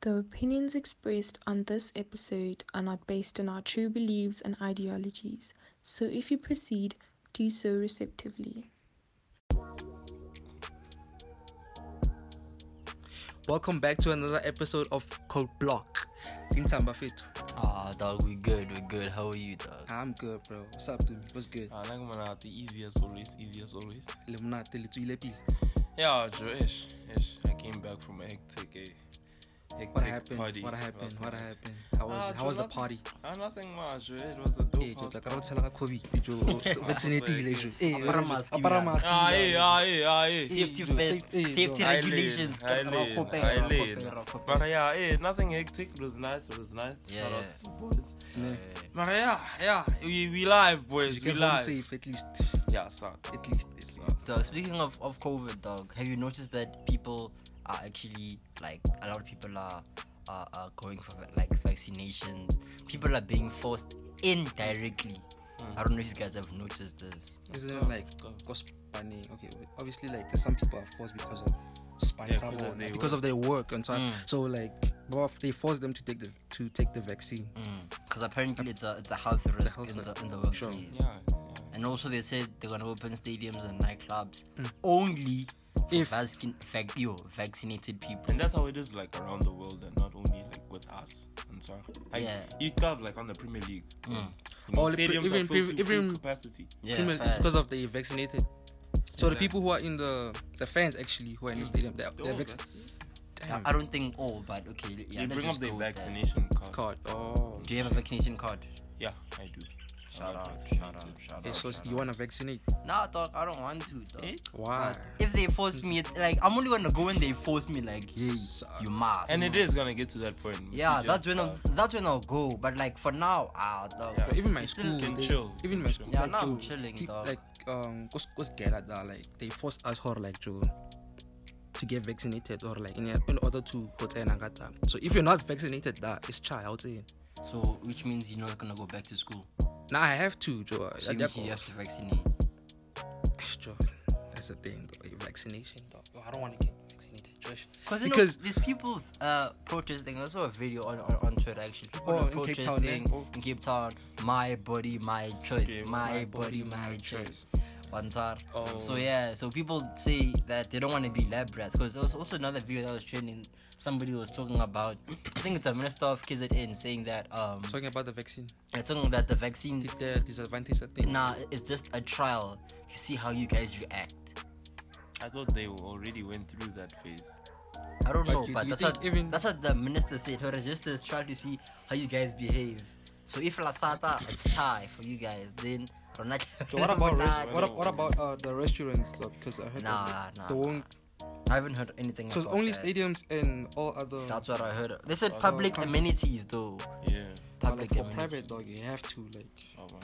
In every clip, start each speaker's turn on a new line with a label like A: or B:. A: The opinions expressed on this episode are not based on our true beliefs and ideologies, so if you proceed, do so receptively.
B: Welcome back to another episode of Code Block. In Tambafito.
C: Ah, dog, we good, we good. How are you, dog?
B: I'm good, bro. What's up, Dumi? What's good?
D: Ah, nanga man out the easiest always, easiest always.
B: Lemonade, letswile pele.
D: Yeah, Joesh, ish. I came back from a hectic, a hectic
B: What happened?
D: party.
B: What happened?
D: last
B: What
D: night.
B: happened? How was
D: Ah,
B: how was the
D: Joe,
B: party?
D: nothing- Ah, nothing much. Joe. It was a dope
B: Hey, Joe,
D: house
B: tla ka re o
D: party.
B: tshela ka COVID, Joe. O se- vaccinated-ile, Joe. Eh,
C: Apara
B: eh,
C: mask,
B: apara
C: man.
B: mask,
D: Ah,
B: man.
D: hey, ah, hey, ah, hey.
C: Safety
B: Joe,
C: first,
B: safety- hey,
C: safety
B: Joe.
D: I
C: regulations.
D: learned, I
C: Come,
D: learned,
C: rock,
D: I
C: rock,
D: learned.
C: rock, rock.
D: But yeah, hey, nothing hectic. It was nice. It was nice.
C: Yeah,
D: Shout out
C: yeah.
D: to the boys.
B: Yeah.
D: But yeah, yeah, we we live, boys.
B: You
D: We
B: came home
D: live.
B: safe, at least.
D: Yeah, son.
B: At least, at least.
C: Dog, speaking of, of COVID, dog, have you noticed that people are actually like a lot of people are are, are going for like vaccinations. People are being forced indirectly. I don't know if you guys have noticed this.
B: Isn't it like cause spani- Okay, obviously, like there's some people are forced because of spani
D: Yeah,
B: sa
D: because of
B: bona,
D: their
B: because
D: work.
B: of their work and so.
C: Mm.
B: So like, well, they force them to take the to take the vaccine.
C: Because apparently it's a it's a health risk
B: health
C: in
B: risk.
C: the in the
B: Sure.
C: workplace.
D: Yeah, yeah.
C: And also they said they're gonna open stadiums and nightclubs only
B: If-
C: if vaccin- vac- yo, vaccinated people.
D: And that's how it is like around the world and not only like with us. And so like
C: Yeah.
D: you can't like on the Premier League.
C: Mm.
D: You know,
B: All the pre-
D: stadiums are
B: even
D: filled
B: pre-
D: to
B: even-
D: full capacity.
C: Yeah,
B: Pretty much it's
C: facts.
B: because of the vaccinated. So the
D: Yeah.
B: people who are in the the fans actually who are in the stadium, they're,
D: Oh,
B: they're vaccinated.
C: eh?
D: that's it.
B: Damn.
C: I don't think all, but okay. Yeah,
D: you
C: let's
D: bring
C: just
D: up the
C: go with that.
D: vaccination card.
B: card. Oh.
C: Do you have a vaccination card?
D: Yeah, I do.
C: Shout
D: I'm
C: out,
D: vaccinated.
C: shout out, shout
B: Yeah,
C: out.
B: so do you wanna vaccinate?
C: Nah, dog, I don't want to, dog.
D: Eh?
B: Why?
C: If they force me, like, I'm only gonna go when they force me, like, hey, you must.
D: And it is gonna get to that point. We
C: Yeah,
D: should
C: that's
D: just,
C: when
D: uh,
C: I'll, that's when I'll go. But like for now, ah, dog.
D: Yeah.
B: But even my
C: It's
B: school,
C: still-
D: Can
B: they-
D: chill,
B: even
D: can
B: my
D: chill.
B: school,
C: Yeah,
B: like,
C: now I'm
B: to
C: chilling,
B: keep,
C: dog.
B: like um, cause cause get at that, like they force us or like to to get vaccinated or like in, in order to go to Nagata. So if you're not vaccinated, that is child. eh?
C: So which means you're not gonna go back to school.
B: Now I have to, Joe.
C: So
B: Like,
C: you
B: that-
C: have to vaccinate.
B: Joe, that's the thing. Though. Vaccination, dog. Yo, I don't want to get vaccinated, Josh.
C: Because you know,
B: Because-
C: there's people uh, protesting. I saw a video on, on, on Twitter actually. People
B: Oh,
C: are
B: in Cape Town,
C: protesting
B: eh? Oh.
C: in Cape Town. My body, my choice.
D: Okay,
C: my,
B: my body,
C: body,
B: my
C: my
B: choice.
C: choice. Banzar.
B: Oh.
C: So yeah, so people say that they don't want to be lab rats because there was also another video that was trending. Somebody was talking about, I think it's a minister of KZN saying that um,
B: Talking about the vaccine,
C: they're talking about the vaccine.
B: did the disadvantage that thing?
C: Nah, it's just a trial to see how you guys react.
D: uh, I thought they already went through that phase.
C: I don't
B: But
C: know,
B: you-
C: but
B: you
C: that's
B: think
C: what
B: even-
C: that's what the minister said. Her just is trying to see how you guys behave. So if Lasata is chai for you guys, then Ronat.
B: So what about rest,
C: Ronat-
B: what, ab- what about uh, the restaurants though? Because I heard
C: Nah,
B: that
C: nah,
B: they won't.
C: I haven't heard anything.
B: So it's
C: about
B: only
C: that.
B: stadiums and all other. uh,
C: That's what I heard. They said public
B: come-
C: amenities though.
D: Yeah.
B: but,
C: Public
B: like, for
C: amenities.
B: private dog, you have to like.
D: Oh man.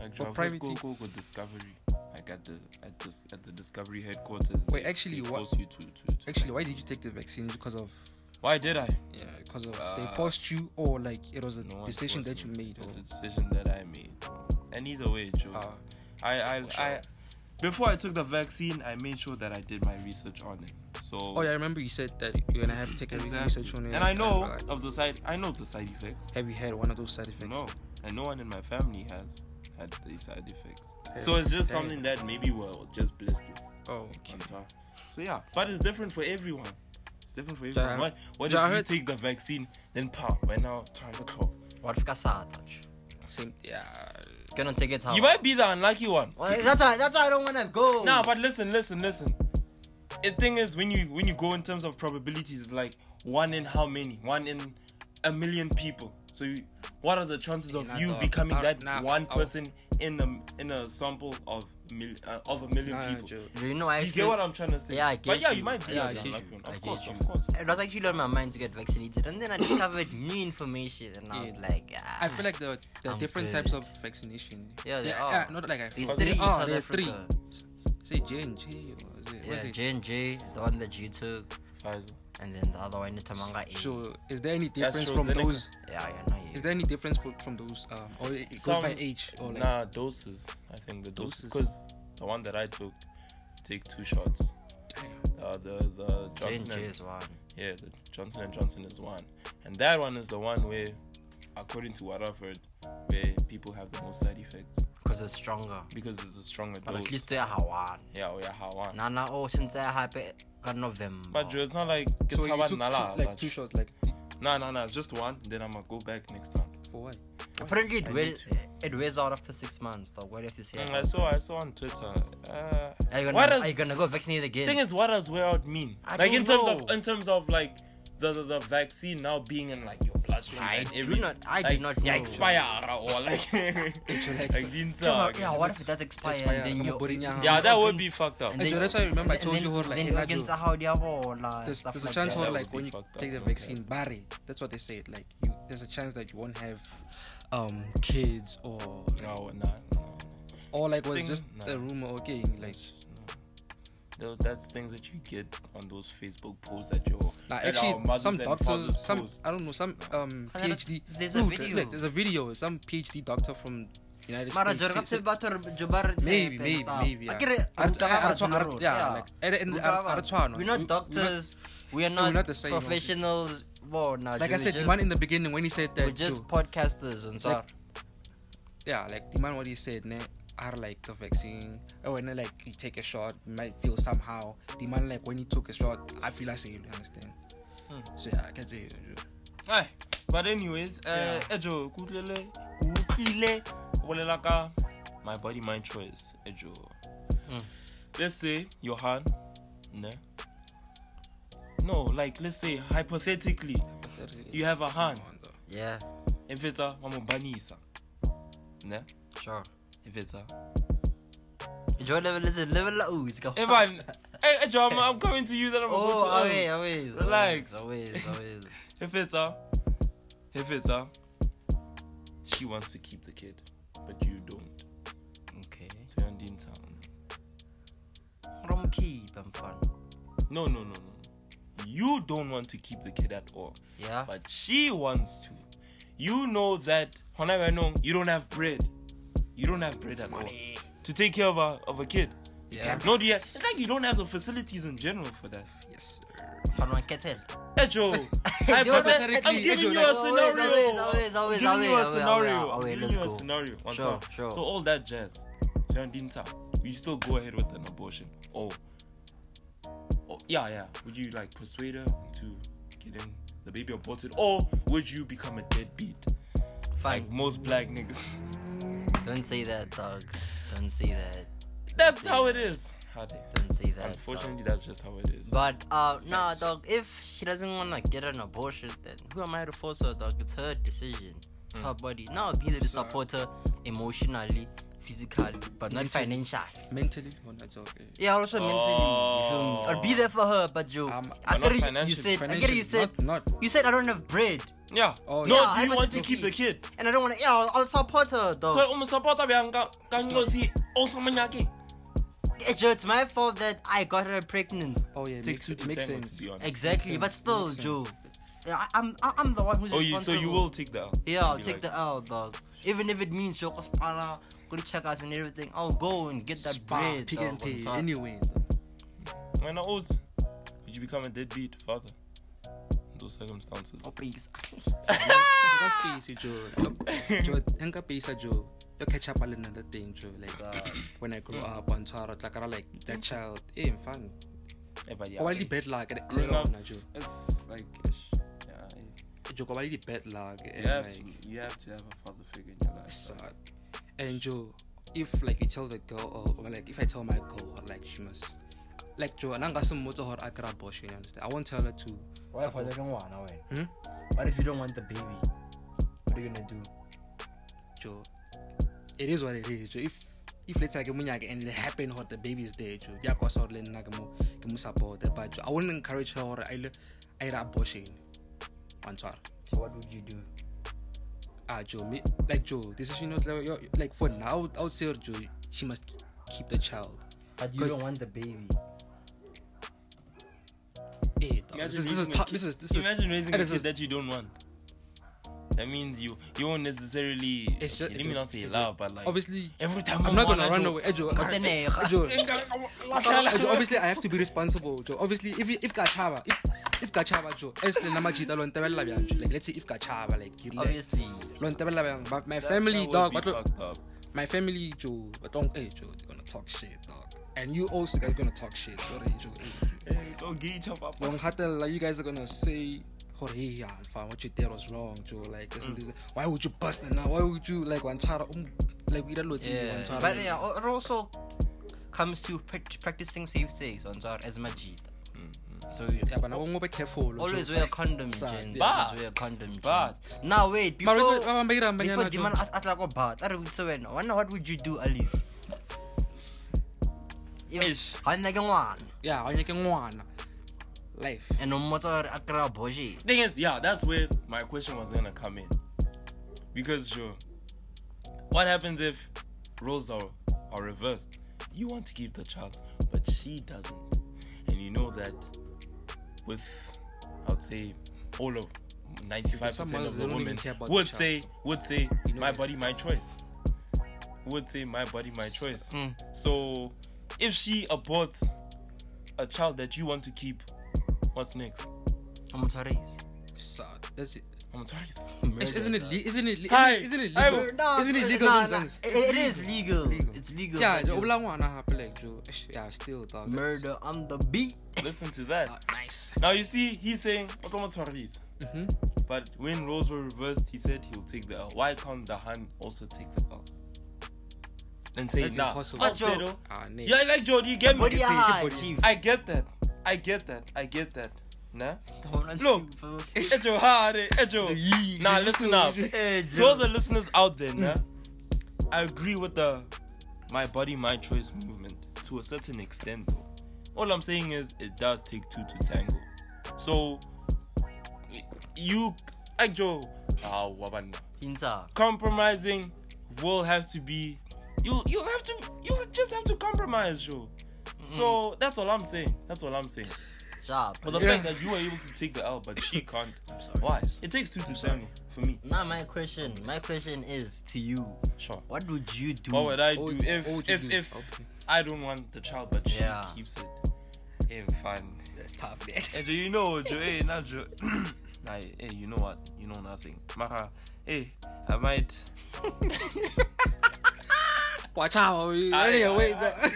D: Like
B: For
D: Javel
B: private
D: go,
B: thing-
D: go, go Discovery. Like at the at the at the Discovery headquarters.
B: Wait,
D: they-
B: actually,
D: they
B: what-
D: force you to, to, to
B: Actually, why did you take the vaccine? Because of
D: Why did I?
B: yeah, because of they
D: Uh,
B: forced you, or like it was a
D: No one
B: decision
D: forced
B: that you
D: me.
B: made.
D: It was
B: Or,
D: a decision that I made. And either way, Joe,
B: Ah.
D: I, I,
B: For sure.
D: I, before I took the vaccine, I made sure that I did my research on it. So,
B: oh yeah, I remember you said that you're gonna have to take a
D: exactly.
B: research on it.
D: And I know
B: like,
D: of the side. I know the side effects.
B: have you had one of those side effects?
D: No, and no one in my family has had these side effects.
B: Damn.
D: So it's just
B: Damn.
D: something that maybe we're just blessed with.
B: Oh, okay.
D: on top. So yeah, but it's different for everyone. It's different for
B: Yeah.
D: everyone. What, what
B: Yeah, I
D: if you
B: heard-
D: take the vaccine, then pow, right now, time to call.
C: What if Kasata? ch-
B: Same. Yeah.
C: Gonna take it how?
D: You might be the unlucky one.
C: Well, that's why. That's why I don't wanna go.
D: No, but listen, listen, listen. The thing is, when you when you go in terms of probabilities, it's like one in how many? One in a million people. So, you, what are the chances of
B: nah,
D: you
B: dog.
D: becoming
B: Nah,
D: that
B: nah, oh.
D: one
B: I'll-
D: person in a in a sample of mil, uh, of a million
B: Nah,
D: people?
B: Joe.
C: Do you know I
D: You
C: actually-
D: get what I'm trying to say?
C: Yeah, I get
D: But yeah,
C: you.
D: you might be
B: Yeah, I
D: the
B: get
D: unlucky
C: you.
D: one.
C: I
D: Of
C: get
D: course,
C: you.
D: of course.
C: It was actually on my mind to get vaccinated, and then I discovered new information, and I was
B: Yeah.
C: like, ah.
B: I feel like there are, there are
C: I'm
B: different
C: good.
B: types of vaccination.
C: Yeah, there
B: There
C: are.
B: Not like I.
C: There's
B: forgot.
C: three in
B: There are.
C: South
B: There are three.
C: Africa.
B: Say J and J. What is it? What
C: yeah,
B: is it?
C: J and J, the one that you took,
D: Pfizer.
C: and then the other one, the Tamanga A.
B: So is there any
D: That's
B: difference
D: true,
B: from
D: Seneca.
B: those?
C: Yeah, yeah, no,
B: Is
C: yeah.
B: there any difference for, from those? Um, or it goes
D: Some-
B: by age or like
D: nah doses. I think the doses
B: Doses.
D: because the one that I took take two shots.
B: Damn.
D: Uh, the the
C: J and
D: Johnson
C: J
D: and
C: is one.
D: Yeah, the Johnson and Johnson is one. And that one is the one where, according to what I've heard, where people have the most side effects
C: because it's stronger.
D: because it's a stronger
C: But at
D: dose.
C: least they are Hawaii.
D: Yeah, or yeah, Hawan.
C: Na na oh since I happy got November.
D: But Joe, it's not like it's
B: So you
D: Hawan
B: took
D: Nala.
B: two, like two shots, like
D: No, no, no, just one. Then I'm gonna go back next time.
B: for what?
C: apparently
D: I
C: it
D: need
C: wears it wears out after six months. Dog, what if they say?
D: Mm, I saw, I saw on Twitter. Uh,
C: Are you gonna,
D: what does
C: are you gonna go vaccinate again?
D: thing is what does wear out mean?
C: I
D: like
C: don't
D: in terms
C: know.
D: of in terms of like the the, the vaccine now being in like your bloodstream.
C: I
D: and
C: do
D: everything.
C: not- I do
D: like,
C: not
D: Yeah,
C: know.
D: expire or like like being
C: yeah,
D: stuck.
C: yeah, what if it does expire?
B: Expire,
C: and then
B: come
C: your-
B: on, put in your
C: your
D: Yeah, that would be
C: organs-
D: fucked up.
C: and
B: Hey,
C: then-
B: Joe, that's why I remember I
C: and
B: told
C: then-
B: you whole, like,
C: then
B: in that
C: organs
B: Joe.
C: are how they are all, like,
B: There's,
C: stuff
B: there's a
C: like
B: chance
C: that.
B: for
D: That
B: like
D: would
B: when
D: be
B: you
D: fucked up,
B: take the
D: okay.
B: vaccine, barry. That's what they said. Like you, there's a chance that you won't have um kids or like,
D: No, no, no.
B: or like was
D: Thing-
B: just
D: no.
B: a rumor. Okay, like
D: No, that's things that you get on those Facebook posts that you're.
B: Nah,
D: that our
B: actually,
D: mothers
B: some
D: and
B: doctor,
D: fathers
B: some
D: post.
B: I don't know, some um
C: And then
B: PhD.
C: there's a
B: Dude,
C: video.
B: Look, there's a video. Some PhD doctor from United
C: Mara,
B: States.
C: Joe,
B: said-
C: kasi batho re- Joe, ba re tshepe
B: maybe, maybe,
C: and
B: maybe.
C: stuff.
B: Yeah.
C: Akere,
B: Ar-
C: ruta
B: ar-
C: ka
B: ar-
C: batho
B: ar-
C: rona,
B: yeah,
C: yeah.
B: like, and- and
C: Ruta
B: ar-
C: ka
B: ar-
C: batho.
B: tshwana.
C: We're not
B: We- we're not-
C: doctors. We are
B: we're
C: not,
B: not the same, obviously.
C: professionals. Well, nah,
B: like
C: Joe,
B: I said,
C: we're
B: the man in
C: just,
B: the beginning when he said that,
C: we're just
B: Joe,
C: podcasters and so.
B: Like- yeah, like the man what he said, ne, are like the vaccine. Oh, and then like you take a shot, you might feel somehow. The man like when he took a shot, I feel I saved. You understand?
D: Hmm.
B: So yeah, I can say.
D: Aye, but anyways, uh,
B: Yeah.
D: Ejo, kutlele, kutlile, bolela ka my body, my choice, Ejo.
B: Mm.
D: Let's say Johan, ne? No, like let's say hypothetically, you have a hand.
C: Yeah,
D: If it's a mamubanisa, ne?
C: sure.
D: If it's a
C: Joe, level is level la ooh, it's got-
D: if I, hey, Ejo, I'm, I'm coming to you. That I'm
C: Oh,
D: going
C: always,
D: to.
C: always,
D: Relax.
C: always, always.
D: If it's a, if it's a, she wants to keep the kid, but you don't.
C: Okay.
D: So you're in town.
C: Romkeep, I'm fun.
D: No, no, no, no. You don't want to keep the kid at all,
C: Yeah.
D: but she wants to. You know that hona wena, you don't have bread. You don't have bread at all to take care of a of a kid.
C: Yeah.
D: No, do you- it's like you don't have the facilities in general for that.
B: Yes, sir.
C: Fun one kettle.
D: Ejo, hypothetically, I'm giving
B: Ejo,
D: you
B: like,
D: a
C: always, always,
D: scenario.
C: always,
D: I'm
C: always,
D: giving you
C: always,
D: a
C: always,
D: scenario.
C: always,
D: I'm
C: always,
D: giving you a
C: let's go.
D: scenario. on
C: Sure,
D: top.
C: sure.
D: So all that jazz. So you're in Dinta. Will you still go ahead with an abortion? Or, or yeah, yeah. Would you like persuade her to getting the baby aborted, or would you become a deadbeat
C: Fine.
D: like most black niggas?
C: Don't say that, dog. Don't say that.
D: That's how it is. Hadi.
C: Don't say that. dog.
D: Unfortunately, that's just how it is.
C: But uh, nah,
D: Facts.
C: dog. If she doesn't wanna get an abortion, then who am I to force her, dog? It's her decision. It's her
D: Hmm.
C: body. Now I'll be there to
D: uh,
B: So-
C: support her emotionally, physically, but not
B: Mentally.
C: financially.
B: Mentally, well, that's okay.
C: Yeah, also mentally. You feel me? I'll be there for her, but you.
B: Um,
C: I
D: but Oh. not
C: get it. You
D: financially.
C: said. I get it.
B: Financially,
C: You said.
B: not, not
C: You said I don't have bread,
D: yeah.
B: Oh,
D: no,
C: yeah.
D: do you
C: Yeah,
D: want to keep the kid?
C: and I don't wanna. Yeah, I'll, I'll support her, dog.
D: So um, umusapota byanka kangosi osamanyake.
C: Hey, Joe, it's my fault that I got her pregnant.
B: Oh yeah, it makes,
D: Takes two
B: it
D: to
B: makes
D: tango,
B: sense.
D: to be honest.
C: Exactly,
B: Makes
C: but
B: sense,
C: still,
B: makes sense.
C: Joe, I, I'm I- I'm the one who's
D: Oh, you, so
C: responsible.
D: you will take that?
C: Yeah, I'll
D: You'll be
C: take
D: like,
C: the L, dog. Even if it means Joko Spana, go to checkouts and everything, I'll go and get that
B: Spa,
C: bread.
B: Pick
C: dog,
B: and
C: on
B: pay.
C: top.
B: Anyway,
D: When I was, would you become a deadbeat father? In those circumstances.
C: Oh, please.
B: that's space, Joe. Yo- Joe, think of space, Joe. You catch up on another thing, Joe. Like uh, when I grew up on Tara, like I like that child. Eh, Hey, in fun.
D: Yeah, but yeah.
B: Quality
D: like,
B: bad luck. and-
D: growing up,
B: Joe.
D: it's like, ish, yeah,
B: Joe, quality bad luck.
D: you
B: and,
D: have
B: eh, like,
D: to, you have to have a father figure in your life.
B: sad. And Joe, if like you tell the girl, or like if I tell my girl, like she must, like Joe, and I'm gonna motor her. I got abortion. You understand? I won't tell her to.
C: Why if I don't want to
B: Hmm?
C: What if you don't want the baby? What are you gonna do?
B: Joe, it is what it is. Joe. If if let's say Munyaka and it happened hot, the baby is there, Joe. Yeah, cause I'll support her, but Joe, I wouldn't encourage her or I'll I'll abortion. On Twitter.
C: So what would you do?
B: Ah, Joe, me, like Joe, decision not like, yo- like for now, I would say Joe, she must keep the child.
C: But
B: you 'Cause- don't
C: want the baby.
B: Eh, dog, this, is- this is
D: raising a
B: tough.
D: kid-
B: This is this is
D: imagine
B: eh,
D: raising a
B: this
D: kid
B: is-
D: that you don't want. That means you you won't necessarily.
B: It's just-
D: okay, let me not say love, but like
B: obviously.
D: every time
B: I'm not gonna run away, eh, Joe.
C: But then, eh,
B: eh, Joe. Joe, obviously I have to be responsible. Joe. Obviously, if if Kachaba, if if kachaba jo as le namajita lo ntabella bjang jo like let's say if kachaba like you like
C: Obviously.
B: lo ntabella bjang but my
D: That-
B: family
D: that would
B: dog
D: be
B: but lo-
D: fucked up.
B: my family jo but don't hey jo they're gonna talk shit dog and you also guys gonna talk shit gore jo hey jo
D: Hey, don't get each other up.
B: Long Hatel, you guys are gonna say, Hori, yeah, fam, what you did was wrong, Joe. Like, this and
C: Mm.
B: this. Why would you bust it now? Why would you, like, one tara? Um, like, we don't know.
C: Yeah. But yeah, o- it also comes to prac- practicing safe sex on Zara as Majid. So
B: Yeah, but I won't be careful.
C: always wear a condom,
B: Sad,
C: gents.
B: yeah.
D: But-
C: always wear a condom,
D: but-
C: gents. Now
B: But
C: wait, before
B: wait, wait, wait, wait, wait, wait,
C: before
B: wait,
C: Diman at at like about, I would say when. Wonder what would you do, Alice?
D: Eish.
C: one.
B: Yeah, I'm making one. Life.
C: And no matter akra boje.
D: Thing is, yeah, that's where my question was gonna come in. Because sure, what happens if roles are, are reversed? You want to keep the child, but she doesn't. And you know that with I would say all of ninety-five
B: Some
D: percent
B: mothers,
D: of
B: they
D: the
B: don't even
D: women
B: care about
D: would
B: the child.
D: say would say
B: You know
D: my
B: it.
D: body, my choice. Would say my body, my choice.
C: Mm.
D: So if she aborts a child that you want to keep, what's next?
C: I'm sorry.
B: Sad. That's it.
D: I'm sorry.
B: Ish, Isn't it, le- isn't it, le-
D: Hi.
B: isn't it
D: Hi,
B: legal?
C: No,
B: Isn't it
C: no,
B: legal?
C: no,
B: in
C: no,
B: Zanzibar?
C: it- it is legal. It's legal.
B: Yeah,
C: but
B: the
C: you-
B: Oblawana happen like Joe. Ish, Yeah, still dog. that's-
C: murder on the beat.
D: Listen to that.
B: Ah, Nice.
D: Now you see, he's saying Otomo Suarez.
B: Mhm.
D: But when roles were reversed, he said he'll take the L. Why can't the Han also take the L? And say
B: That's
D: nah.
B: impossible.
D: I'll
C: Joe.
D: settle.
B: Ah, next.
D: Yeah, like Joe, you get me.
C: Body
D: It's-
C: high,
B: body.
C: chief.
D: I get that. I get that. I get that. Nah.
C: Look.
D: Ejo, hare, Ejo. Nah, listen up.
C: Eh,
D: To
C: Joe.
D: all the listeners out there, nah, I agree with the my body, my choice movement to a certain extent, though. All I'm saying is it does take two to tango. So y- you, Ejo, ah, wabana.
C: Insa.
D: compromising will have to be. You you have to you just have to compromise, Joe. So that's all I'm saying. That's all I'm saying.
C: Sharp.
D: But the
B: Yeah.
D: fact that you were able to take the L, but she can't.
B: I'm sorry.
D: Why? It takes two to tango for me.
C: Now my question, my question is to you.
D: Sure.
C: What would you do?
D: What would I do
B: Oh,
D: if
B: oh, you
D: if
B: do.
D: if
B: Okay.
D: I don't want the child, but she
C: Yeah.
D: keeps it? Hey, fine.
B: That's tough, man.
D: Hey, do you know, Joe? Hey, not Joe. nah, hey, you know what? You know nothing. Mara, hey, I might.
B: Watch out. We,
D: Aye,
B: anyway, wait.
D: aye, aye.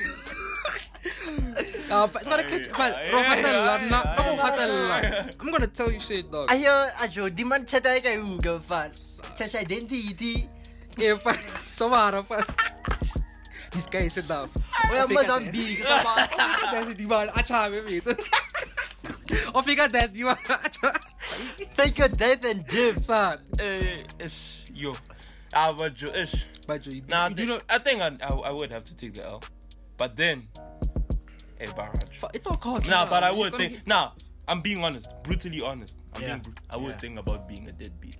B: Uh, but it's not a catch. But
D: aye,
B: bro,
D: aye,
B: Fatal,
D: aye,
B: nah,
D: aye,
B: come on,
D: aye,
B: Fatal,
D: aye.
B: nah. I'm gonna tell you shit, dog.
C: I hear a Joe demand chat I can go fast. Chat identity.
B: If so, what? This guy said that.
C: We are Mozambique.
B: Oh,
C: Saba.
B: That's the demand. Acha, baby. Oh, figure that you are. Acha,
C: Take your death and give.
B: son.
D: Hey, ish, yo. Ah, but Joe, ish.
B: But you,
D: Nah,
B: you do not.
D: I think I, I, I would have to take the L, but then, hey, Barrage.
B: It don't
C: Oh,
B: cost.
D: Nah, but I would think. Nah, I'm being honest, brutally honest. I'm
C: Yeah.
D: being bru- I would
C: Yeah.
D: think about being a deadbeat.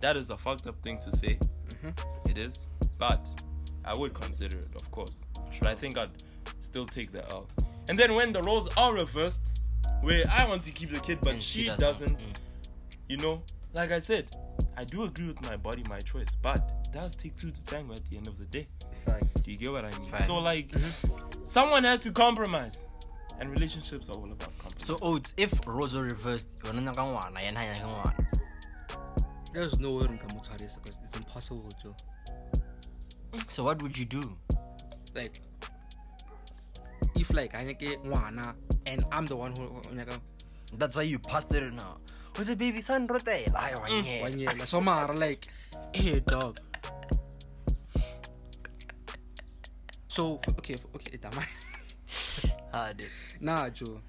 D: That is a fucked up thing to say.
C: Mm-hmm.
D: It is, but I would consider it, of course. But I think I'd still take the L. And then when the roles are reversed, where I want to keep the kid but
B: Mm,
C: And
D: she,
C: she
D: doesn't,
C: doesn't.
D: you know, like I said, I do agree with my body, my choice, but it does take two to tango at the end of the day. Do you get what I mean?
C: Facts.
D: So like,
B: Mm-hmm.
D: someone has to compromise, and relationships are all about compromise.
C: So Oates, if roles were reversed, you're not gonna want. I ain't gonna want.
B: There's no way I'm gonna try this because it's impossible, Joe.
C: So what would you do?
B: like if like I get Wana and I'm the one who who- who-
C: That's why you passed it now. Was it baby son rote? I
B: Mm,
C: want
B: one year like some are like hey dog so f- okay f- okay damn nah Joe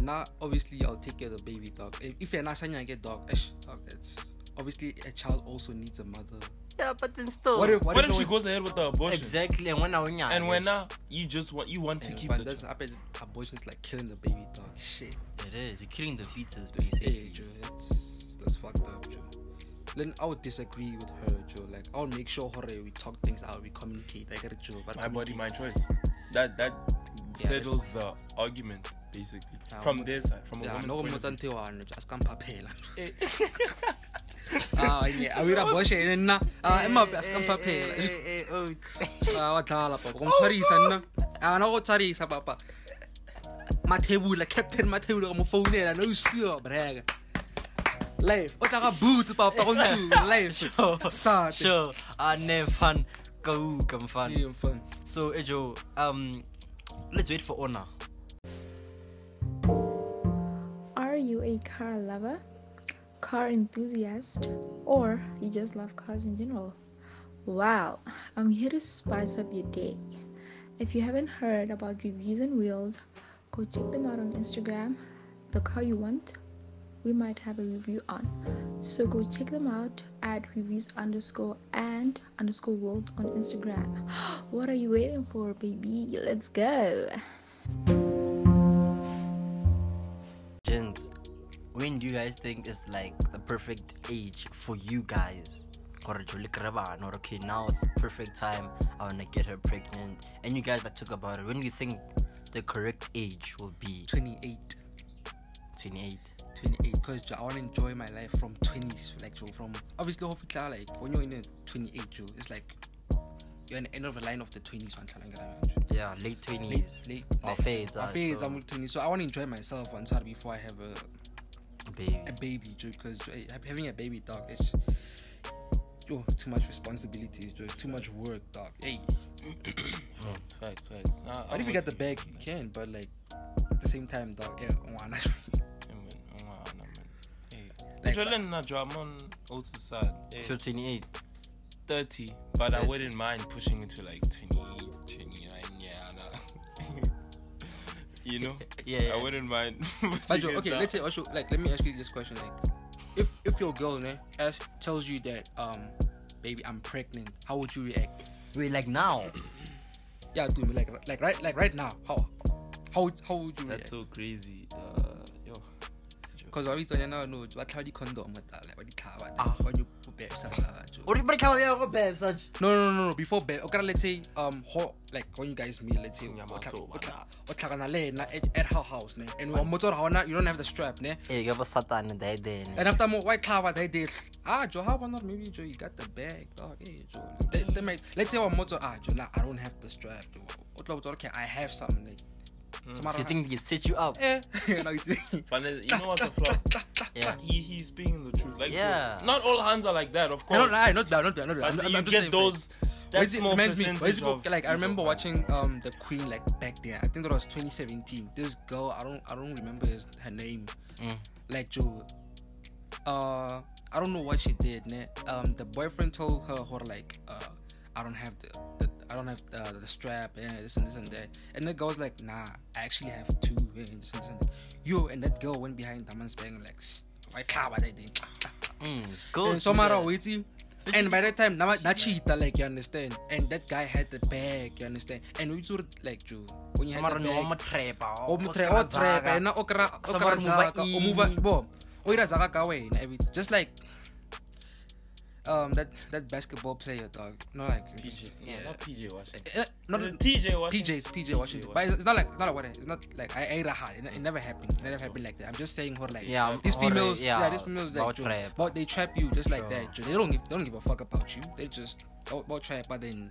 B: now obviously I'll take care of the baby dog if, if you're not saying I get dog, ish, dog it's obviously a child also needs a mother
C: Yeah, but then still.
B: what if
D: what,
B: what,
D: if
B: no
D: she
B: one-
D: goes ahead with the abortion?
C: Exactly, and when I want
D: And when now you just want you want to
B: and
D: keep
B: when
D: the
B: that's happens abortion is like killing the baby dog shit
C: It is. You're killing the fetus,
B: Hey,
C: basically.
B: Eh, Joe, that's that's fucked up, Joe. Then I would disagree with her, Joe. Like I'll make sure her we talk things out, we communicate. I get it, Joe. But
D: my body,
B: communicate-
D: my choice. That that
B: Yeah,
D: settles the argument basically
B: Ah,
D: from
B: woman-
D: their side, from a
B: Yeah,
D: woman's
B: no
D: point
B: more
D: of view.
B: than two hours. Just come papela.
D: Eh.
B: Ah, yeah. I will abolish it. Nah, ah, I'm up. Just come papela.
C: Hey, Eh, Oates.
B: Ah, what the hell, Papa? I'm sorry, son. Ah, no, sorry, Papa. mathebula captain mathebula ka mo founela no sure brega life o tla ka boot papa go ntu life sa
C: sure uh ne fun go come fun
B: yeah fun
C: so ejo um let's wait for honor
A: Are you a car lover, car enthusiast, or you just love cars in general? Wow, I'm here to spice up your day. If you haven't heard about Reviews and Wheels, go check them out on Instagram. The car you want, we might have a review on. So go check them out at reviews underscore and underscore wheels on Instagram. What are you waiting for, baby? Let's go.
C: Gents, when do you guys think is like the perfect age for you guys? Or Julie Kraban, or okay, now it's perfect time. I wanna get her pregnant. And you guys that talk about it, when do you think the correct age will be?
B: 28
C: 28.
B: 28 because I want to enjoy my life from 20s like so from obviously hope it's like when you're in a 28 Joe, it's like you're in the end of the line of the 20s one challenge
C: Yeah, late 20s.
B: late
C: Or fades.
B: my
C: uh,
B: phase
C: so-
B: I'm 20 so I want to enjoy myself until before I have a
C: baby.
B: a baby, Joe, because eh, having a baby, dog, it's yo, too much responsibilities, Joe. It's too much work, dog. Hey,
D: Facts, Mm, facts, Ah, facts. Nah,
B: but
D: I'm
B: if you got
D: with
B: the bag, you can, but like at the same time, dog, eh, oh, yeah, wanna.
D: Yeah, man. Oh, wow, nah, man. Hey.
B: Like uh,
D: Ejo,
B: that.
D: le nna jo, I'm on Otis' side. Hey,
C: So 28.
D: 30, but I
C: 30.
D: wouldn't mind pushing it to like 28, 29. Yeah, nah. you know?
C: Yeah, yeah.
D: I wouldn't mind.
B: But
D: pushing
B: Joe,
D: it
B: okay,
D: down.
B: let's say also like let me ask you this question, like if if your girl, ne, ask, tells you that um, baby, I'm pregnant, how would you react?
C: Wait, like now?
B: Yeah, dude, like like right like right now, how how would- how would you
D: That's
B: react?
D: so crazy. Uh, yo.
B: Because I'm telling you now, no, what how the condom, what the like, what the car,
C: Ah.
B: what the- what you babe, something like that, Joe.
C: What do you call me? babe? Such.
B: No, no, no, no. Before bed, okay. Let's say um, ho, like when you guys meet, let's say,
D: Yeah, man,
B: okay,
D: so
B: okay,
D: bad.
B: okay, na le na at at her house, ne. And when motor how na, you don't have the strap, ne.
C: Hey, you have a Satan and die then.
B: And after more white car, what I did, ah, Joe, how about not? Maybe Joe, you got the bag, dog. Hey, Joe, they, they might. Let's say on motor, ah, Joe, nah, I don't have the strap, Joe. What about okay, I have something, like. Tomorrow,
D: Hmm.
C: So you think they set you up?
B: Eh, you know, it's-
D: But you know what's the flaw?
C: Yeah.
D: He, he's being the truth. Like,
C: Yeah.
D: Not all hands are like that,
B: I
D: of course.
B: don't lie, not bad, not bad, not bad.
D: But
B: I'm, I'm,
D: you
B: I'm just
D: get
B: saying,
D: those.
B: What
D: That
B: is it
D: small
B: reminds me, what is
D: percentage
B: it called-
D: of
B: like I remember
D: people.
B: watching um the Queen like back then. I think that was 2017. This girl, I don't I don't remember his, her name.
D: Mm.
B: Like Joe, uh, I don't know what she did. Ne? Um, the boyfriend told her, "Her like, uh, I don't have the, the I don't have the, the strap and this and this and that." And the girl's like, "Nah, I actually have two and this and this and that." Yo, and that girl went behind Daman's back and like, "Sst, why car what I did?"
C: Mm. Go.
B: and
C: see
B: Eh, so matter
C: that.
B: with you. And by that time, now that cheetah, like you understand, and that guy had the bag, you understand, and we do like Joe when you had Oh,
C: Somara
B: the
C: no ah.
B: bag.
C: trepa.
B: o mo tre- o trepa, yena o kra- o
C: Somebody
B: kra zaka,
C: move
B: o move-
C: in.
B: bo, o ira zaka ka wena, everything. just like um that that basketball player dog not like
D: PJ. No,
B: yeah
D: not PJ Washington.
B: Eh, not
D: Is it TJ
B: PJ
D: Washington.
B: it's PJ Washington but it's not like it's not like what it- it's not like I ate a hard it, it never happened it never happened like that I'm just saying what like
C: Yeah, I'm
B: these
C: already-
B: females yeah,
C: yeah,
B: these females
C: about
B: like Joe,
C: trap.
B: but they trap you just like
C: Sure.
B: that Joe. they don't give they don't give a fuck about you they just oh about trap but then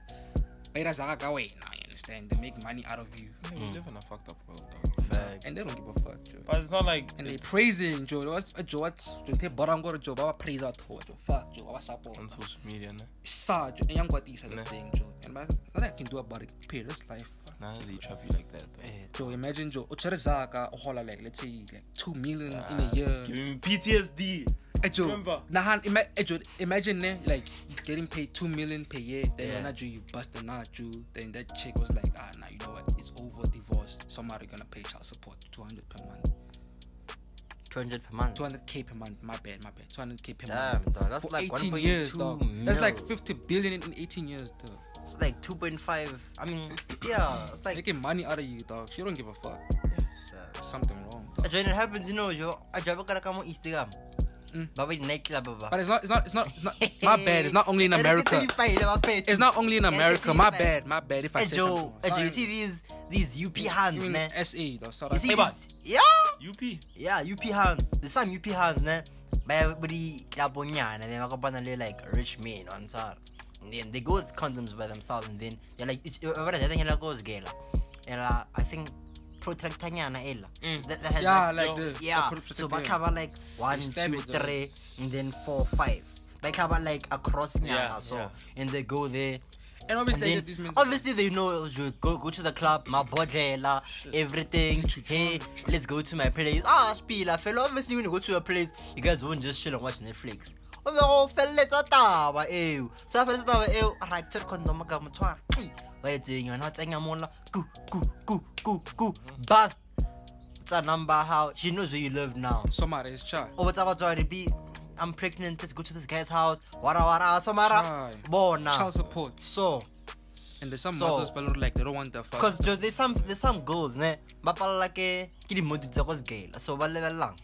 B: but that's like away now you understand they make money out of you
D: Yeah, We live in a fucked up world, dog.
B: and they don't give a fuck Joe.
D: But it's not like.
B: and they
D: it's
B: praising Joe what's Joe what's Joe they bottom go to Joe baba praise out to Joe fuck Joe baba support
C: Um,
D: on social media, nah.
B: saw Joe and young got these
D: Nah.
B: other thing Joe and man there's nothing I can do about it period that's life
D: Nah, they trap you like that, dog.
B: Joe, imagine Joe, utshwere zaka uhola like let's say like two million in
C: Ah,
B: a year.
D: Giving me PTSD.
B: Eh, Joe,
D: remember.
B: nahan, ima- eh, Joe, imagine eh, like you getting paid two million per year. Then
C: Yeah.
B: yeah. Joe, you bust the nut, Joe. Then that chick was like, ah, nah, you know what? It's over, divorce. Somebody gonna pay child support, two hundred per month,
C: 200 per month.
B: two hundred k per month. My bad, my bad, two hundred k per
C: Damn,
B: month.
C: dog, that's
B: For
C: like
B: 18
C: 1.2
B: years, dog. That's like
C: mil.
B: fifty billion in, in eighteen years, dog.
C: It's like 2.5. I mean, yeah, it's like.
B: Making money out of you, dog. You don't give a fuck.
C: Yes, uh,
B: Something wrong, dog.
C: Join it happens, you know, yo. I drive a car come on Instagram. Baba night club, baba.
B: Hmm. But it's not, it's not, it's not, it's not. my bad. It's not only in
C: Hey,
B: America.
C: 35, never pay.
B: It's not only in
C: Eric,
B: America. My
C: 35.
B: bad. My bad. If I
C: Hey,
B: say
C: Joe,
B: something.
C: hey, Joe,
B: Sorry.
C: you see these these UP hands,
B: You
C: man.
B: mean SA though. So
C: You see
B: that's-
D: but-
C: these, yeah.
D: UP.
C: yeah UP hands there's some UP hands ne ba ba di klabonyana then ba kopana le like rich men on tsara and then they go with condoms by themselves and then they're like it's- ba ba rata tanyela ko zgela and uh, I think protectanyana ela
D: Mm.
C: that, that has
B: Yeah,
C: like,
B: like the-
C: yeah.
B: the pro-
C: so
B: protectanyana.
C: batlhaba like one
B: stab
C: two
B: it, though.
C: three and then four five batlhaba like across nyana
D: Yeah,
C: so
D: yeah.
C: and they go there
B: And
C: and
B: obviously, I
C: then,
B: get these men.
C: obviously they know you go go to the club, my bodela, everything.
B: Get you
C: Hey,
B: drunk, drunk.
C: let's go to my place. Ah, Spila, fella. Obviously when you go to your place, you guys won't just chill and watch Netflix. Oh, fellas, ataba, ew. So fellas, ataba, ew. Alright, check condom, ka motshwara. Hey, wa etseng yona? Wa tsenya mola. Ku, ku, ku, ku, ku. Bust. It's a number how she knows where you live now.
B: Somare is chai.
C: Oh, what's about to be? I'm pregnant. Let's go to this guy's house. Wara wara, samara.
B: Try.
C: Bona.
B: Child support.
C: So.
B: And there's some
C: So-
B: mothers, but like, they don't want their father.
C: because there's some there's some girls ne ba palelwa ke ke di-module tsa ko segela so ba lebelelang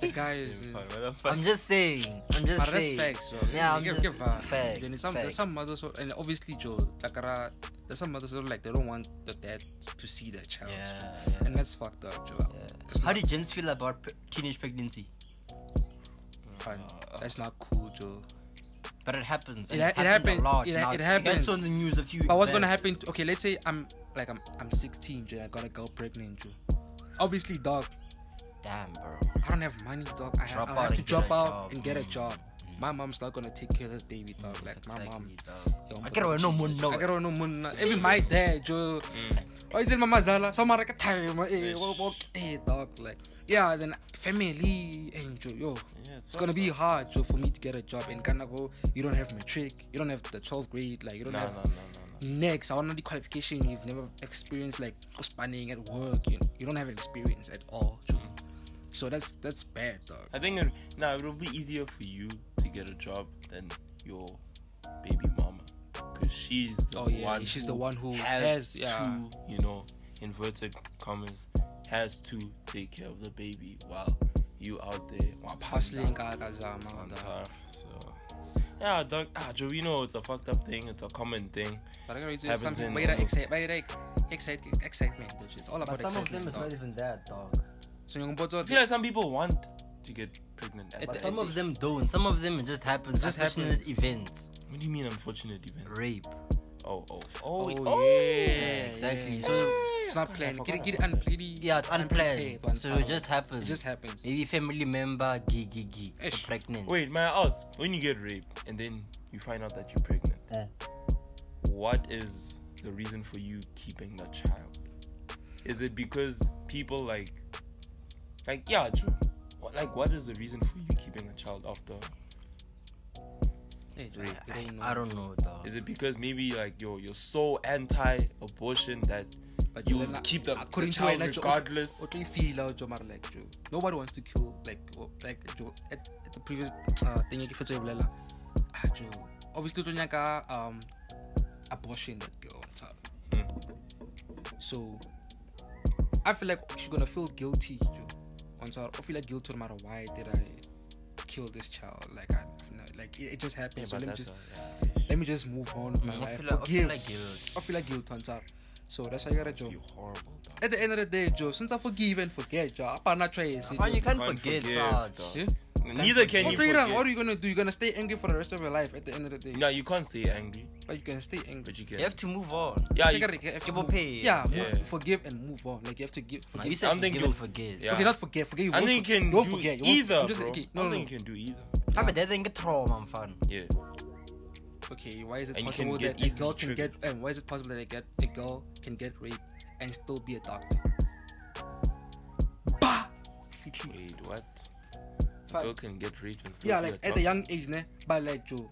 B: The guy is. uh,
C: i'm just saying i'm just
B: But that's
C: saying
B: facts, yo.
C: yeah
B: They
C: i'm
B: give-
C: just
B: give a-
C: facts,
B: Then some, there's
C: facts.
B: some mothers, who- and obviously, Joe, Takara, there's some mothers who like they don't want the dad to see their child,
C: Yeah,
B: Joe.
C: yeah.
B: and that's fucked up, Joe. It's
C: how
B: not
C: do gents feel about pre- teenage pregnancy
B: fun. That's not cool, Joe.
C: but it happens and
B: It
C: it's
B: ha- it
C: happened
B: happen-
C: a lot
B: it ha-
C: now
B: it
C: That's
B: happens.
C: on the news a few
B: But what's gonna
C: back.
B: happen? To, okay, let's say I'm like I'm I'm 16, Joe. And I got a girl pregnant, Joe. Obviously, dog,
C: damn bro
B: I don't have money, dog. I
C: Drop
B: have,
C: out
B: have to
C: and get
B: drop
C: a
B: out
C: job.
B: and get a
C: Mm.
B: job. My mom's not gonna take care of this baby, dog. like my mom.
C: Exactly,
B: Yo,
C: dog. I get away no Mm. more
B: I
C: no
B: get no money. Even my dad, Joe. Oh, it's in my zala. So I'm like, eh, time. Hey, walk, walk, hey, dog. Like, yeah. Then family, and Joe, yo.
D: Yeah, it's
B: It's gonna be hard, Joe, for me to get a job in Ghana. Go. You don't have matric. You don't have the 12th grade. Like, you don't
D: No, no,
B: have
D: no, no,
B: next. I want the qualification. You've never experienced like spanning at work. You, you don't have an experience at all, Joe. So that's that's bad, dog.
D: I think it, now it'll be easier for you to get a job than your baby mama, cause she's the
B: Oh, yeah,
D: one
B: she's
D: who
B: the one who has-
D: has,
B: yeah.
D: to, you know, inverted commas, has to take care of the baby while you out there
B: Hustling,
D: on
B: kakazama,
D: on
B: dog.
D: top. So yeah, dog. Ah, Joe, you know it's a fucked up thing. It's a common thing.
B: But I gotta do
D: Happens
B: something
D: in
B: by the
D: almost-
B: excite, by the excite, excitement, which is all about
C: but some of them
B: excitement.
C: is not
B: dog.
C: even that dog
B: So you're about
D: I feel like some people want to get pregnant.
B: It-
D: At
C: but
B: the-
C: some of them don't some of them it just happens
B: Just
C: just
B: happens.
C: happens events
D: what do you mean unfortunate event?
C: rape
D: Oh, oh, oh,
B: Oh,
D: oh,
B: yeah.
C: exactly
B: yeah.
C: so
B: it's not planned. Get it, get it unplanned.
C: Yeah, it's unplanned.
B: unprepared,
C: So it just
B: It
C: happens.
B: just happens.
C: Maybe family member, gee, gee, gee, you're
B: Ish.
C: pregnant.
D: Wait, may I ask, when you get raped and then you find out that you're pregnant,
C: Yeah.
D: what is the reason for you keeping that child? Is it because people like, like yeah, true. What, like what is the reason for you keeping a child after?
B: Hey, Joe,
C: I,
B: you don't know.
C: I don't know, dog.
D: Is it because maybe like yo you're so anti-abortion that
B: But
D: you
B: learn-
D: keep the, the
B: according to
D: child
B: like, Joe,
D: regardless?
B: What do you feel out, Joe? Mara, Like Joe, nobody wants to kill. Like or- like Joe at, at the previous uh, thing you gave to Iblela. Ah, Joe. Obviously, Joe nyaka um abortion that girl on top.
D: Hmm.
B: So I feel like she's gonna feel guilty, Joe. On top, I feel like guilt no matter why did I kill this child? Like I, like it, it just happened. so
D: but
B: let me just
D: that's a- yeah, Mm.
B: let me just move on with my
C: I
B: life.
C: feel like- I feel
B: Forgive.
C: like guilt.
B: I feel like guilt on top. So that's why you gotta Joe
D: you horrible. Dog.
B: at the end of the day, Joe, since I forgive and forget, Joe, I'm not trying to say,
C: Man, you
B: Joe.
C: can't,
D: Can't
C: forget,
D: forgive,
C: Sarge.
D: dog.
B: Yeah?
D: Neither can
B: What,
D: you
B: do you-
D: forget.
B: what are you gonna do? You're gonna stay angry for the rest of your life at the end of the day.
D: No, you can't stay angry,
B: But you can stay angry.
D: but you
C: You
D: can.
C: have to move on.
D: Yeah,
B: So
D: you,
B: gotta- you have to
C: give or
B: move-
C: pay.
B: Yeah, move,
D: Yeah.
B: forgive and move on. Like you have to give.
C: Nah,
B: Forgive.
C: you said
D: I'm
C: forgive
D: thinking
C: and
D: guilt.
C: forget.
D: Yeah.
B: Okay, not forget. Forgive. You
D: I
B: won't
D: think
B: forget.
D: you can
B: you won't
D: do
B: forget. You won't,
D: either,
B: I'm just,
D: bro.
B: Okay,
D: I
B: no,
D: don't
B: no.
D: think you can do either.
C: Ah, but that thing get trauma, I'm fun.
D: Yeah.
B: Okay, why is it
D: And you
B: possible
D: can get
B: that a
D: easily
B: girl can get?
D: triggered.
B: And why is it possible that a get a girl can get raped and still be a doctor? Bah!
D: Wait, what?
B: Fine.
D: Girl can get raped and stuff.
B: Yeah, like at a young age, ne? But like Joe,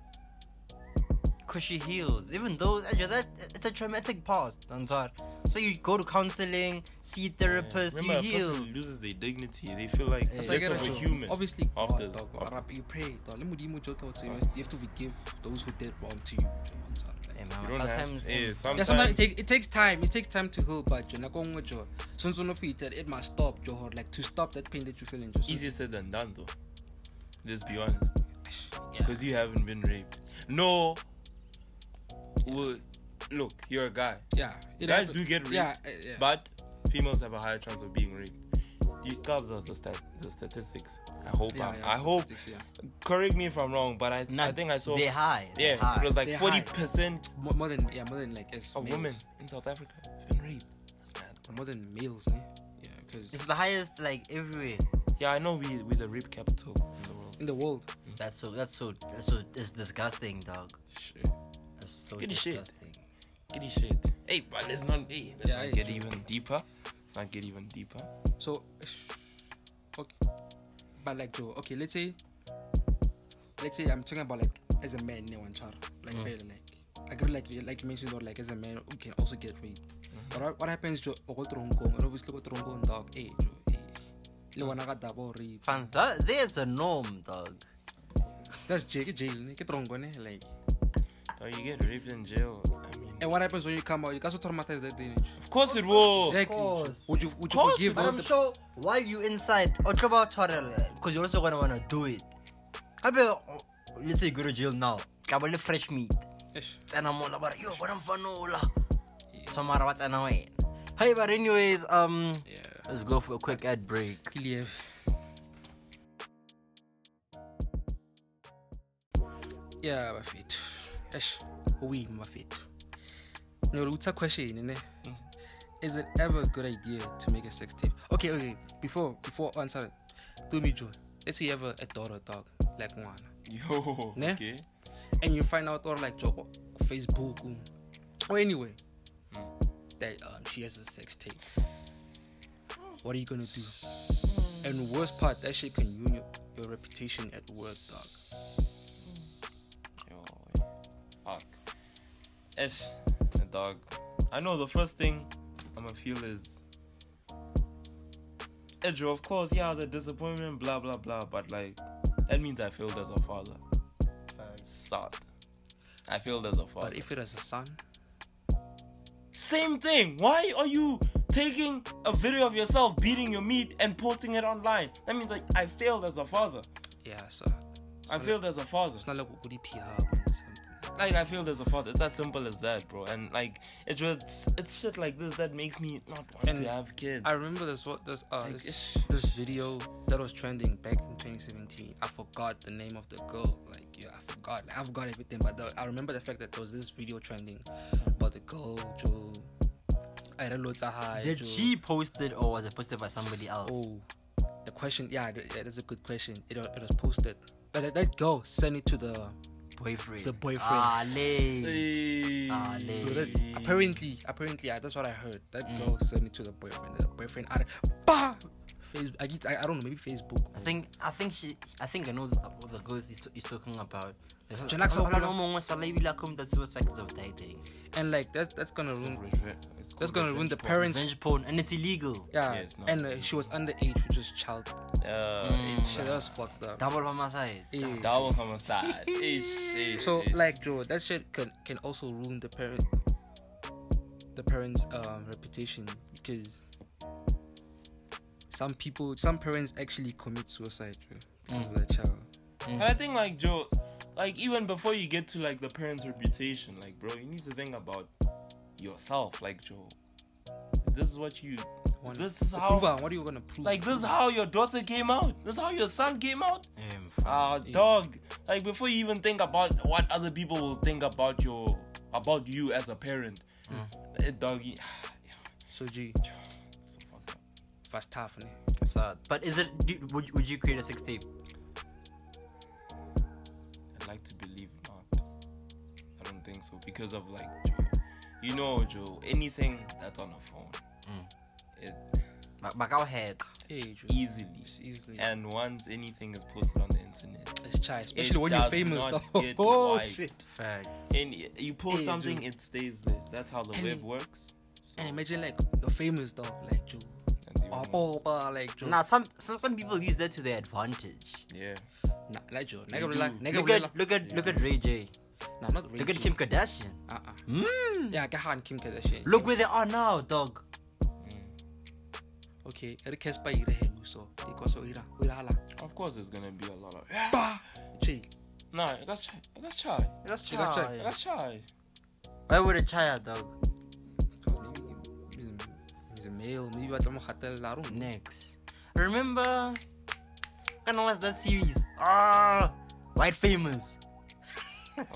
C: Cause she heals, even though uh, that it's a traumatic past, Antar. So you go to counseling, see therapist,
D: Remember, a
C: you heal.
D: person loses their dignity. They feel like
C: Yeah.
D: less
B: So I get it,
D: of a
B: Joe.
D: human.
B: Obviously, oh,
D: after,
B: God, dog,
D: after-
B: Arab, you pray. Dog. Let me do Joe talk to you. You have to forgive those who did wrong to you. Joe, on side, like-
C: Hey,
D: You
C: Eh, man,
D: don't
C: sometimes,
D: have. Yeah,
C: eh,
D: sometimes.
B: Yeah, sometimes it, take, it takes time. It takes time to heal, but you're not going with Joe. Soon, soon, if that it must stop, Joe. or, Like to stop that pain that you're feeling. Just
D: easier said than done, though. Let's be honest. Because you haven't been raped. No. Well, look, you're a guy.
B: Yeah, it
D: Guys
B: happens.
D: do get raped,
B: Yeah, uh, yeah.
D: but females have a higher chance of being raped. You cover the, the, stat, the statistics. I hope.
B: yeah,
D: I'm-
B: yeah,
D: I hope.
B: statistics, yeah.
D: Correct me if I'm wrong, but I,
C: nah,
D: I think I saw.
C: They high. they
D: yeah,
C: high.
D: it was
B: They're
D: like
B: high.
D: forty percent
B: More, more than yeah, more than like as
D: of
B: males.
D: women in South Africa have been raped. That's mad.
B: more than males, eh? Yeah,
C: It's
B: because
C: the highest like everywhere.
D: Yeah, I know we we the rape capital in the world.
B: in the world,
C: That's so that's so that's so it's disgusting, dog.
B: shit.
C: That's so
D: Pretty shit.
C: disgusting.
D: Giddy shit. Hey, but let's not hey, let's
B: Yeah,
D: not
B: yeah,
D: get
B: true.
D: even deeper. Let's not get even deeper.
B: So, sh- okay, but like Joe, okay, let's say, let's say I'm talking about like as a man, no one child, like
C: Mm.
B: fail, like I could like you- like you mentioned, or like as a man, you can also get raped.
C: Mm-hmm.
B: But what, what happens to all Hong Kong and obviously what Hong Kong dog? Hey, Joe, hey, le
C: Mm.
B: wana ka double rape.
C: Fam, that there's a norm, dog.
B: That's jail, ke jail, ne? Ke Trongo, ne? Like,
D: Oh, you get raped in jail. I mean,
B: and what happens when you come out? You got so traumatized that day. Joe.
D: of course it will.
B: Exactly.
C: course.
B: Would you would you
D: Course,
B: forgive
C: But
B: all
C: I'm
B: the
C: sure while you inside, because you're uh, also gonna wanna do it. How about uh, let's say you go to jail now, kabale fresh meat.
B: Eish.
C: tsena mola ba re yo bona mfanola so mara wa tsena wena hey but anyways um
B: Yeah.
C: let's go for a quick ad break
B: Really, eh. Yeah, bafethu eish we mafethu nolutsa question ne is it ever a good idea to make a sex tape okay okay before before answer it do me joe let's say you have a, a daughter dog like one
D: Yo,
B: Ne?
D: okay.
B: and you find out or like joe facebook um, or anyway that um, she has a sex tape what are you gonna do and worst part that shit can ruin your, your reputation at work dog
D: Yo, fuck. Ish, dog. I know the first thing I'ma feel is. Edro, of course, yeah, the disappointment, blah blah blah, but like, that means I failed as a father. Sad. I failed as a father.
B: but if it is a son
D: Same thing. Why are you taking a video of yourself beating your meat and posting it online? That means like I failed as a father.
B: yeah so it's
D: I
B: not
D: failed as a father.
B: like, it's not like what he pee up and something
D: Like I failed as a father. It's as simple as that, bro. And like it's it's, it's shit like this that makes me not want
B: And
D: to have kids.
B: I remember this what this uh
D: Like,
B: this,
D: ish.
B: this video that was trending back in 2017 I forgot the name of the girl like yeah I forgot I forgot everything but the, I remember the fact that there was this video trending about the girl Joe I don't know it's a high
C: did
B: Joe.
C: she post it or was it posted by somebody else
B: Oh, the question. Yeah, th- yeah, that's a good question. It, wa- it was posted. But that- that girl sent it to the.
C: boyfriend
B: The boyfriend.
C: ah lay
D: Hey.
C: Ah, lady.
B: So that apparently, apparently, yeah, that's what I heard. That
D: Mm.
B: girl sent it to the boyfriend. The boyfriend, I, bah, Facebook. I, get- I, I don't know. Maybe Facebook.
C: I think I think she I think I know the, what the girls is, is talking about.
B: like so-
C: Hola, no mo ngwe sa lady la come that suicide is of dating.
B: And like that's that's gonna ruin.
D: It's
B: That's gonna
D: called
B: ruin
D: revenge
B: the
D: porn.
B: parents.
C: Revenge porn and it's illegal.
B: Yeah,
D: Yeah, it's not-
B: and uh, she was underage, which is child.
D: Yeah, it's-
B: Shit, that was fucked up.
C: Double homicide.
B: Yeah.
D: that will come aside. Ish, ish,
B: So
D: ish.
B: like Joe, that shit can can also ruin the parent the parents' um, reputation because some people some parents actually commit suicide Joe, because of
D: Mm.
B: their child.
D: And I think like Joe, like even before you get to like the parents' reputation, like bro, you need to think about yourself, like Joe. This is what you.
B: Wanna-
D: This is
B: But
D: how.
B: prove her, what are you gonna prove?
D: Like this is how your daughter came out. This is how your son came out.
C: Um,
D: Ah, dog. Like before you even think about what other people will think about your about you as a parent,
B: Mm.
D: Eh, dog. you-
B: so G,
D: so fucked up.
B: that's tough, ne?
C: sad. But is it do, would would you create a sex tape?
D: I'd like to believe not. I don't think so because of like, Joe, you know, Joe. Anything that's on a phone,
C: Mm.
D: it
C: Ba- ba ka o hack.
B: Hey, Joe.
D: easily.
B: It's easily
D: E And once anything is posted on the internet,
B: it's child, especially when
D: does
B: you're famous.
D: not
B: dog.
D: get
B: oh
D: wiped.
B: shit!
C: Fact.
D: and y- you post
B: Hey,
D: something,
B: Joe.
D: it stays there. That's how the
B: And-
D: web works. So
B: And imagine like you're famous though, like Joe.
D: that's even
B: Oh,
D: worse.
B: oh, oh, like Joe.
C: Now some, some some people use that to their advantage.
D: Yeah.
B: Nah, like Joe.
D: They do.
C: Look at look at look at Ray J.
B: Nah, not really.
C: Look at Kim Kardashian.
B: Uh-uh.
C: Mm.
B: Yeah, I and Kim Kardashian.
C: Look where they are now, dog.
B: okay ere casper ire helo so because o ira o iragala
D: Of course, there's gonna be a lot of.
B: ba che
D: Nah, that's chai. That's chai.
C: That's
B: She got
C: child.
B: checked.
D: That's chai.
C: Why would a child, dog?
B: he's a male maybe batla mo gatelela ro
C: Next, remember? Kind of was that series? Ah, white famous.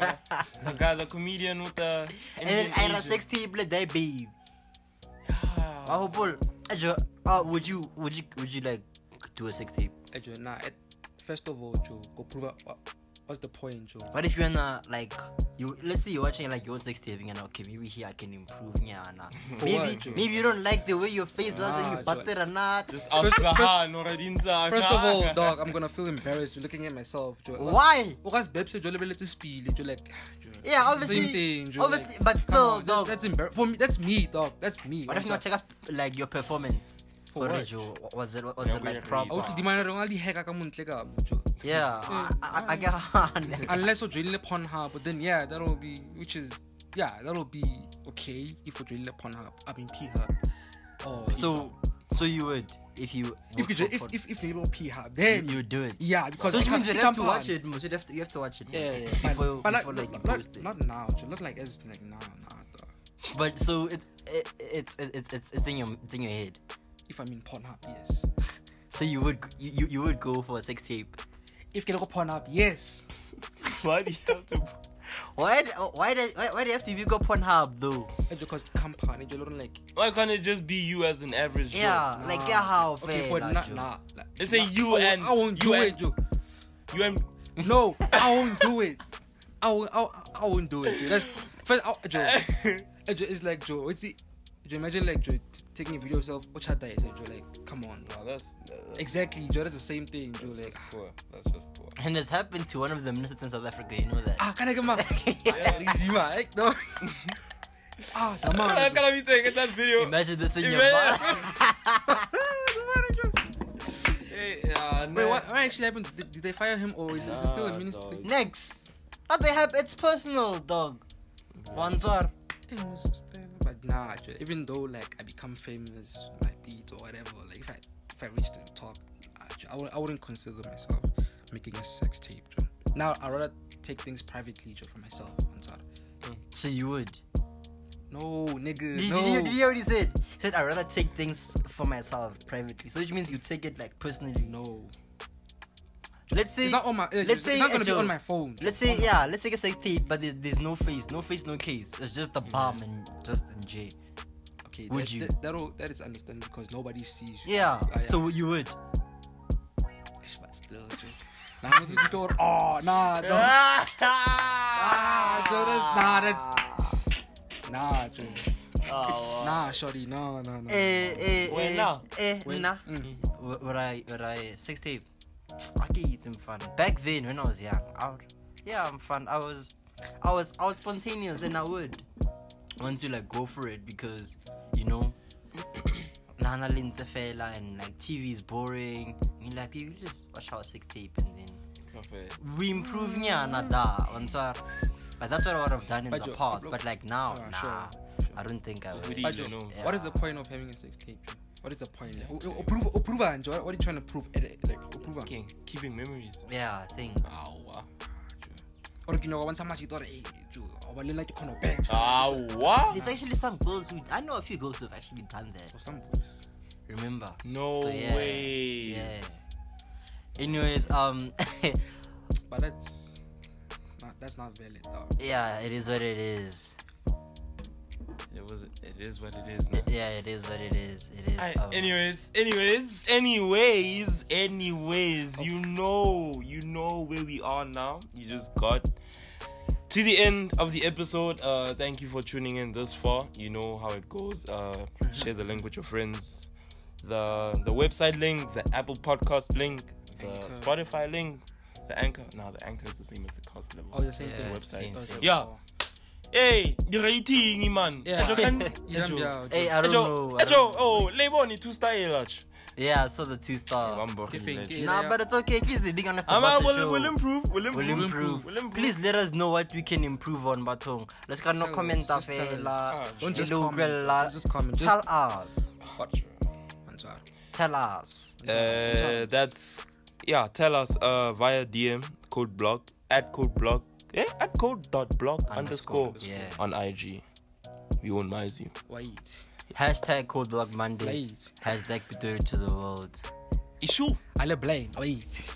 D: the guy, the comedian with the.
C: And then I had
D: Indian
C: a
D: Asian.
C: sex tape, like that babe.
D: Ah,
C: I hope all. Ejo, uh, would you would you would you like do a sex tape?
B: Ejo, nah, it, first of all, Joe, go prove out what, what's the point, Joe.
C: What if you're not like you? Let's say you're watching like your own sex taping and okay, maybe here I can improve. Yeah, nah.
B: For
C: maybe
B: what, Joe?
C: maybe you don't like the way your face was when
B: Ah,
C: you busted
B: Joe.
C: or not.
D: Just ask
B: First-
D: the
B: first-
D: hand or inside.
B: First of all, dog, I'm gonna feel embarrassed looking at myself, Joe.
C: Why?
B: Because Bebs, Joe, level to speed, Joe, like, Joe.
C: Yeah, obviously.
B: Same thing, Joe.
C: obviously,
B: like,
C: but
B: come
C: still,
B: on, that-
C: dog.
B: That's embarrassing. For me, that's me, dog. That's me.
C: What if you
B: What's
C: not check
B: up?
C: up like your performance?
B: For what?
C: Ejo, was it was
D: Yeah,
C: it
D: we
C: like
D: agree.
C: proper?
B: I would demand I don't really hack I come ka mo, Joe.
C: Yeah,
B: Mm.
C: I, I, I get
B: unless you're drilling upon her, but then yeah, that'll be which is yeah, that'll be okay if you're drilling upon her. I mean P her. Or
C: So, so you would if you
B: if you if if if you P her, then
C: you do it.
B: yeah, because
C: So
B: I
C: which means
B: can't-
C: you
B: I
C: have to
B: can't
C: watch
B: ban.
C: it. Must you have to you have to watch it.
B: Yeah, yeah, yeah.
C: Before
B: but, but
C: before
B: not,
C: like you
B: not,
C: post it.
B: not now, Joe. Not like as like now, nah, dog.
C: But so it, it it's it, it's it's it's in your it's in your head.
B: If I'm in Pornhub, yes.
C: So you would you, you, you would go for a sex tape.
B: If you go Pornhub, yes.
D: why do you have to?
C: Why d- why do, why, why do you have to be go Pornhub though?
B: Because company, you don't like.
D: Why can't it just be you as an average?
C: Yeah,
B: Nah.
C: like yeah, how fair.
B: Okay, for
C: lah,
B: not
C: Joe.
B: nah. like,
D: They say
B: nah,
D: you
B: I won't-
D: and-
B: I won't
D: you
B: do it,
D: and-
B: Joe.
D: Joe? You and
B: No, I won't do it. I won't, I, won't- I won't do it. Joe. That's first, I, Joe, uh, Joe. It's like Joe. It's the, Joe. Imagine like Joe t- taking a video of yourself. What chat that is, Joe? Like, come on, bro.
D: Nah, that's that's
B: Exactly, Joe. That's the same thing, Joe. Like,
D: just poor. That's just poor.
C: And it's happened to one of the ministers in South Africa. You know that.
B: ah, can I get my? Yeah, eh, no. Ah, come on.
D: How
B: Joe.
D: can I be taking that video?
C: Imagine this in your
D: Imagine-
C: bar.
D: Hey, uh,
B: Wait, what, what actually happened? Did, did they fire him, or is, is it still a
D: Nah,
B: minister?
D: dog.
C: Next, not they have. It's personal, dog. Wanzar.
B: It was just there, But nah, actually, even though like I become famous, my beat or whatever, like if I if I reach the top, actually, I, w- I wouldn't consider myself making a sex tape. Joe. Now I rather take things privately, Joe, for myself on Twitter.
C: So you would.
B: No, nigga,
C: Did,
B: no.
C: did, you, did you hear what he said? He said, I'd rather take things for myself privately. So, which means you take it like personally.
B: no,
C: Let's say.
B: it's not on my. Let's
C: let's
B: it's
C: say.
B: not gonna be
C: Joe,
B: on my phone. Joe.
C: Let's say, yeah, let's take a sex tape, but there, there's no face, no face, no case. It's just the bomb and Justin J.
B: okay,
C: would
B: that,
C: you?
B: That, that'll, that is understandable because nobody sees you.
C: Yeah,
B: Ah,
C: so you would.
B: but still, Joe. Nah, I'm not the door. Oh, nah, no. Ah, Joe, that's nah, that's nah, Joe.
D: Oh,
B: Nah, shorty, no, no, no.
C: Eh, eh,
D: Well,
C: eh,
D: nah.
C: eh,
B: Well,
C: nah.
B: mm.
C: W- Would I, would I sex tape? I can eat some fun. Back then, when I was young, I would, yeah, I'm fun. I was, I was, I was spontaneous, and I would. Once you like go for it because, you know, Nana Linda fella and like TV is boring. I mean, like you just watch our sex tape and then we improve nyana da. on sa- But that's what I would have done in
B: But
C: the
B: yo,
C: past.
B: look-
C: But like now,
B: Ah,
C: nah,
B: sure,
C: I don't think I would.
D: Would you-
B: But Joe,
D: know.
B: what is
C: Yeah.
B: the point of having a sex tape? Joe? What is the point? Like, o- o- approve, approve, and Joe. What are you trying to prove? Eh, eh, Like, approve. and-
D: King, keeping memories.
C: Yeah, I think.
D: Awa.
B: Or you know, once somebody thought, hey, Joe, eh, I will like to kind of babes.
D: Awa.
C: There's actually some girls who I know a few girls who've actually done that.
B: Or some boys.
C: Remember?
D: No
C: So, yeah,
D: way.
C: Yeah. Anyways, um,
B: But that's not, that's not valid, though.
C: yeah, it is what it is.
D: It was. It is what it is. Now.
C: Yeah, it is what it is. It is.
D: I,
C: um,
D: anyways, anyways, anyways, anyways, you know, you know where we are now. You just got to the end of the episode. Uh, thank you for tuning in this far. You know how it goes. Uh, share the link with your friends. The the website link, the Apple Podcast link, the
B: Anchor.
D: Spotify link, the Anchor. Now the Anchor is the same as the cost level.
B: Oh, the same
C: Yeah,
B: thing.
D: website.
C: same
B: Oh,
C: thing.
B: same-
D: Yeah.
B: oh.
D: Hey, the rating, man.
B: Yeah.
D: Ejo kan-
B: Yeah,
D: Ejo.
B: yeah,
C: Hey, uh,
B: Joe.
C: I don't
D: Ejo,
C: know. I
D: Ejo,
C: don't know.
D: oh, label ni two style, lach.
C: Yeah, I saw the two
D: Yeah,
C: star.
D: one bottle
B: Different
D: left.
B: kid.
C: Nah,
B: Yeah.
C: but it's okay. At least they're being honest
D: I'm,
C: about
D: I'm
C: the show.
D: will, will improve. Will improve.
C: Will improve.
D: Will improve.
C: Please let us know what we can improve on, Batong. Let's get no
B: Tell us,
C: comment
B: just tell us.
C: fella.
B: Ah, don't just
C: Hello,
B: comment,
C: Grella.
B: don't just comment,
C: Tell
B: just-
C: us.
B: What? I'm sorry.
C: Tell us.
D: Uh, that's yeah. Tell us uh via DM code block at code block eh, at code dot block
C: Underscore,
D: underscore,
C: yeah.
D: on IG. We won't mind you.
B: Wait.
C: Hashtag Code Block Monday.
B: Blades.
C: Hashtag Pitori to the world.
D: Issue.
B: I love Blade. Wait.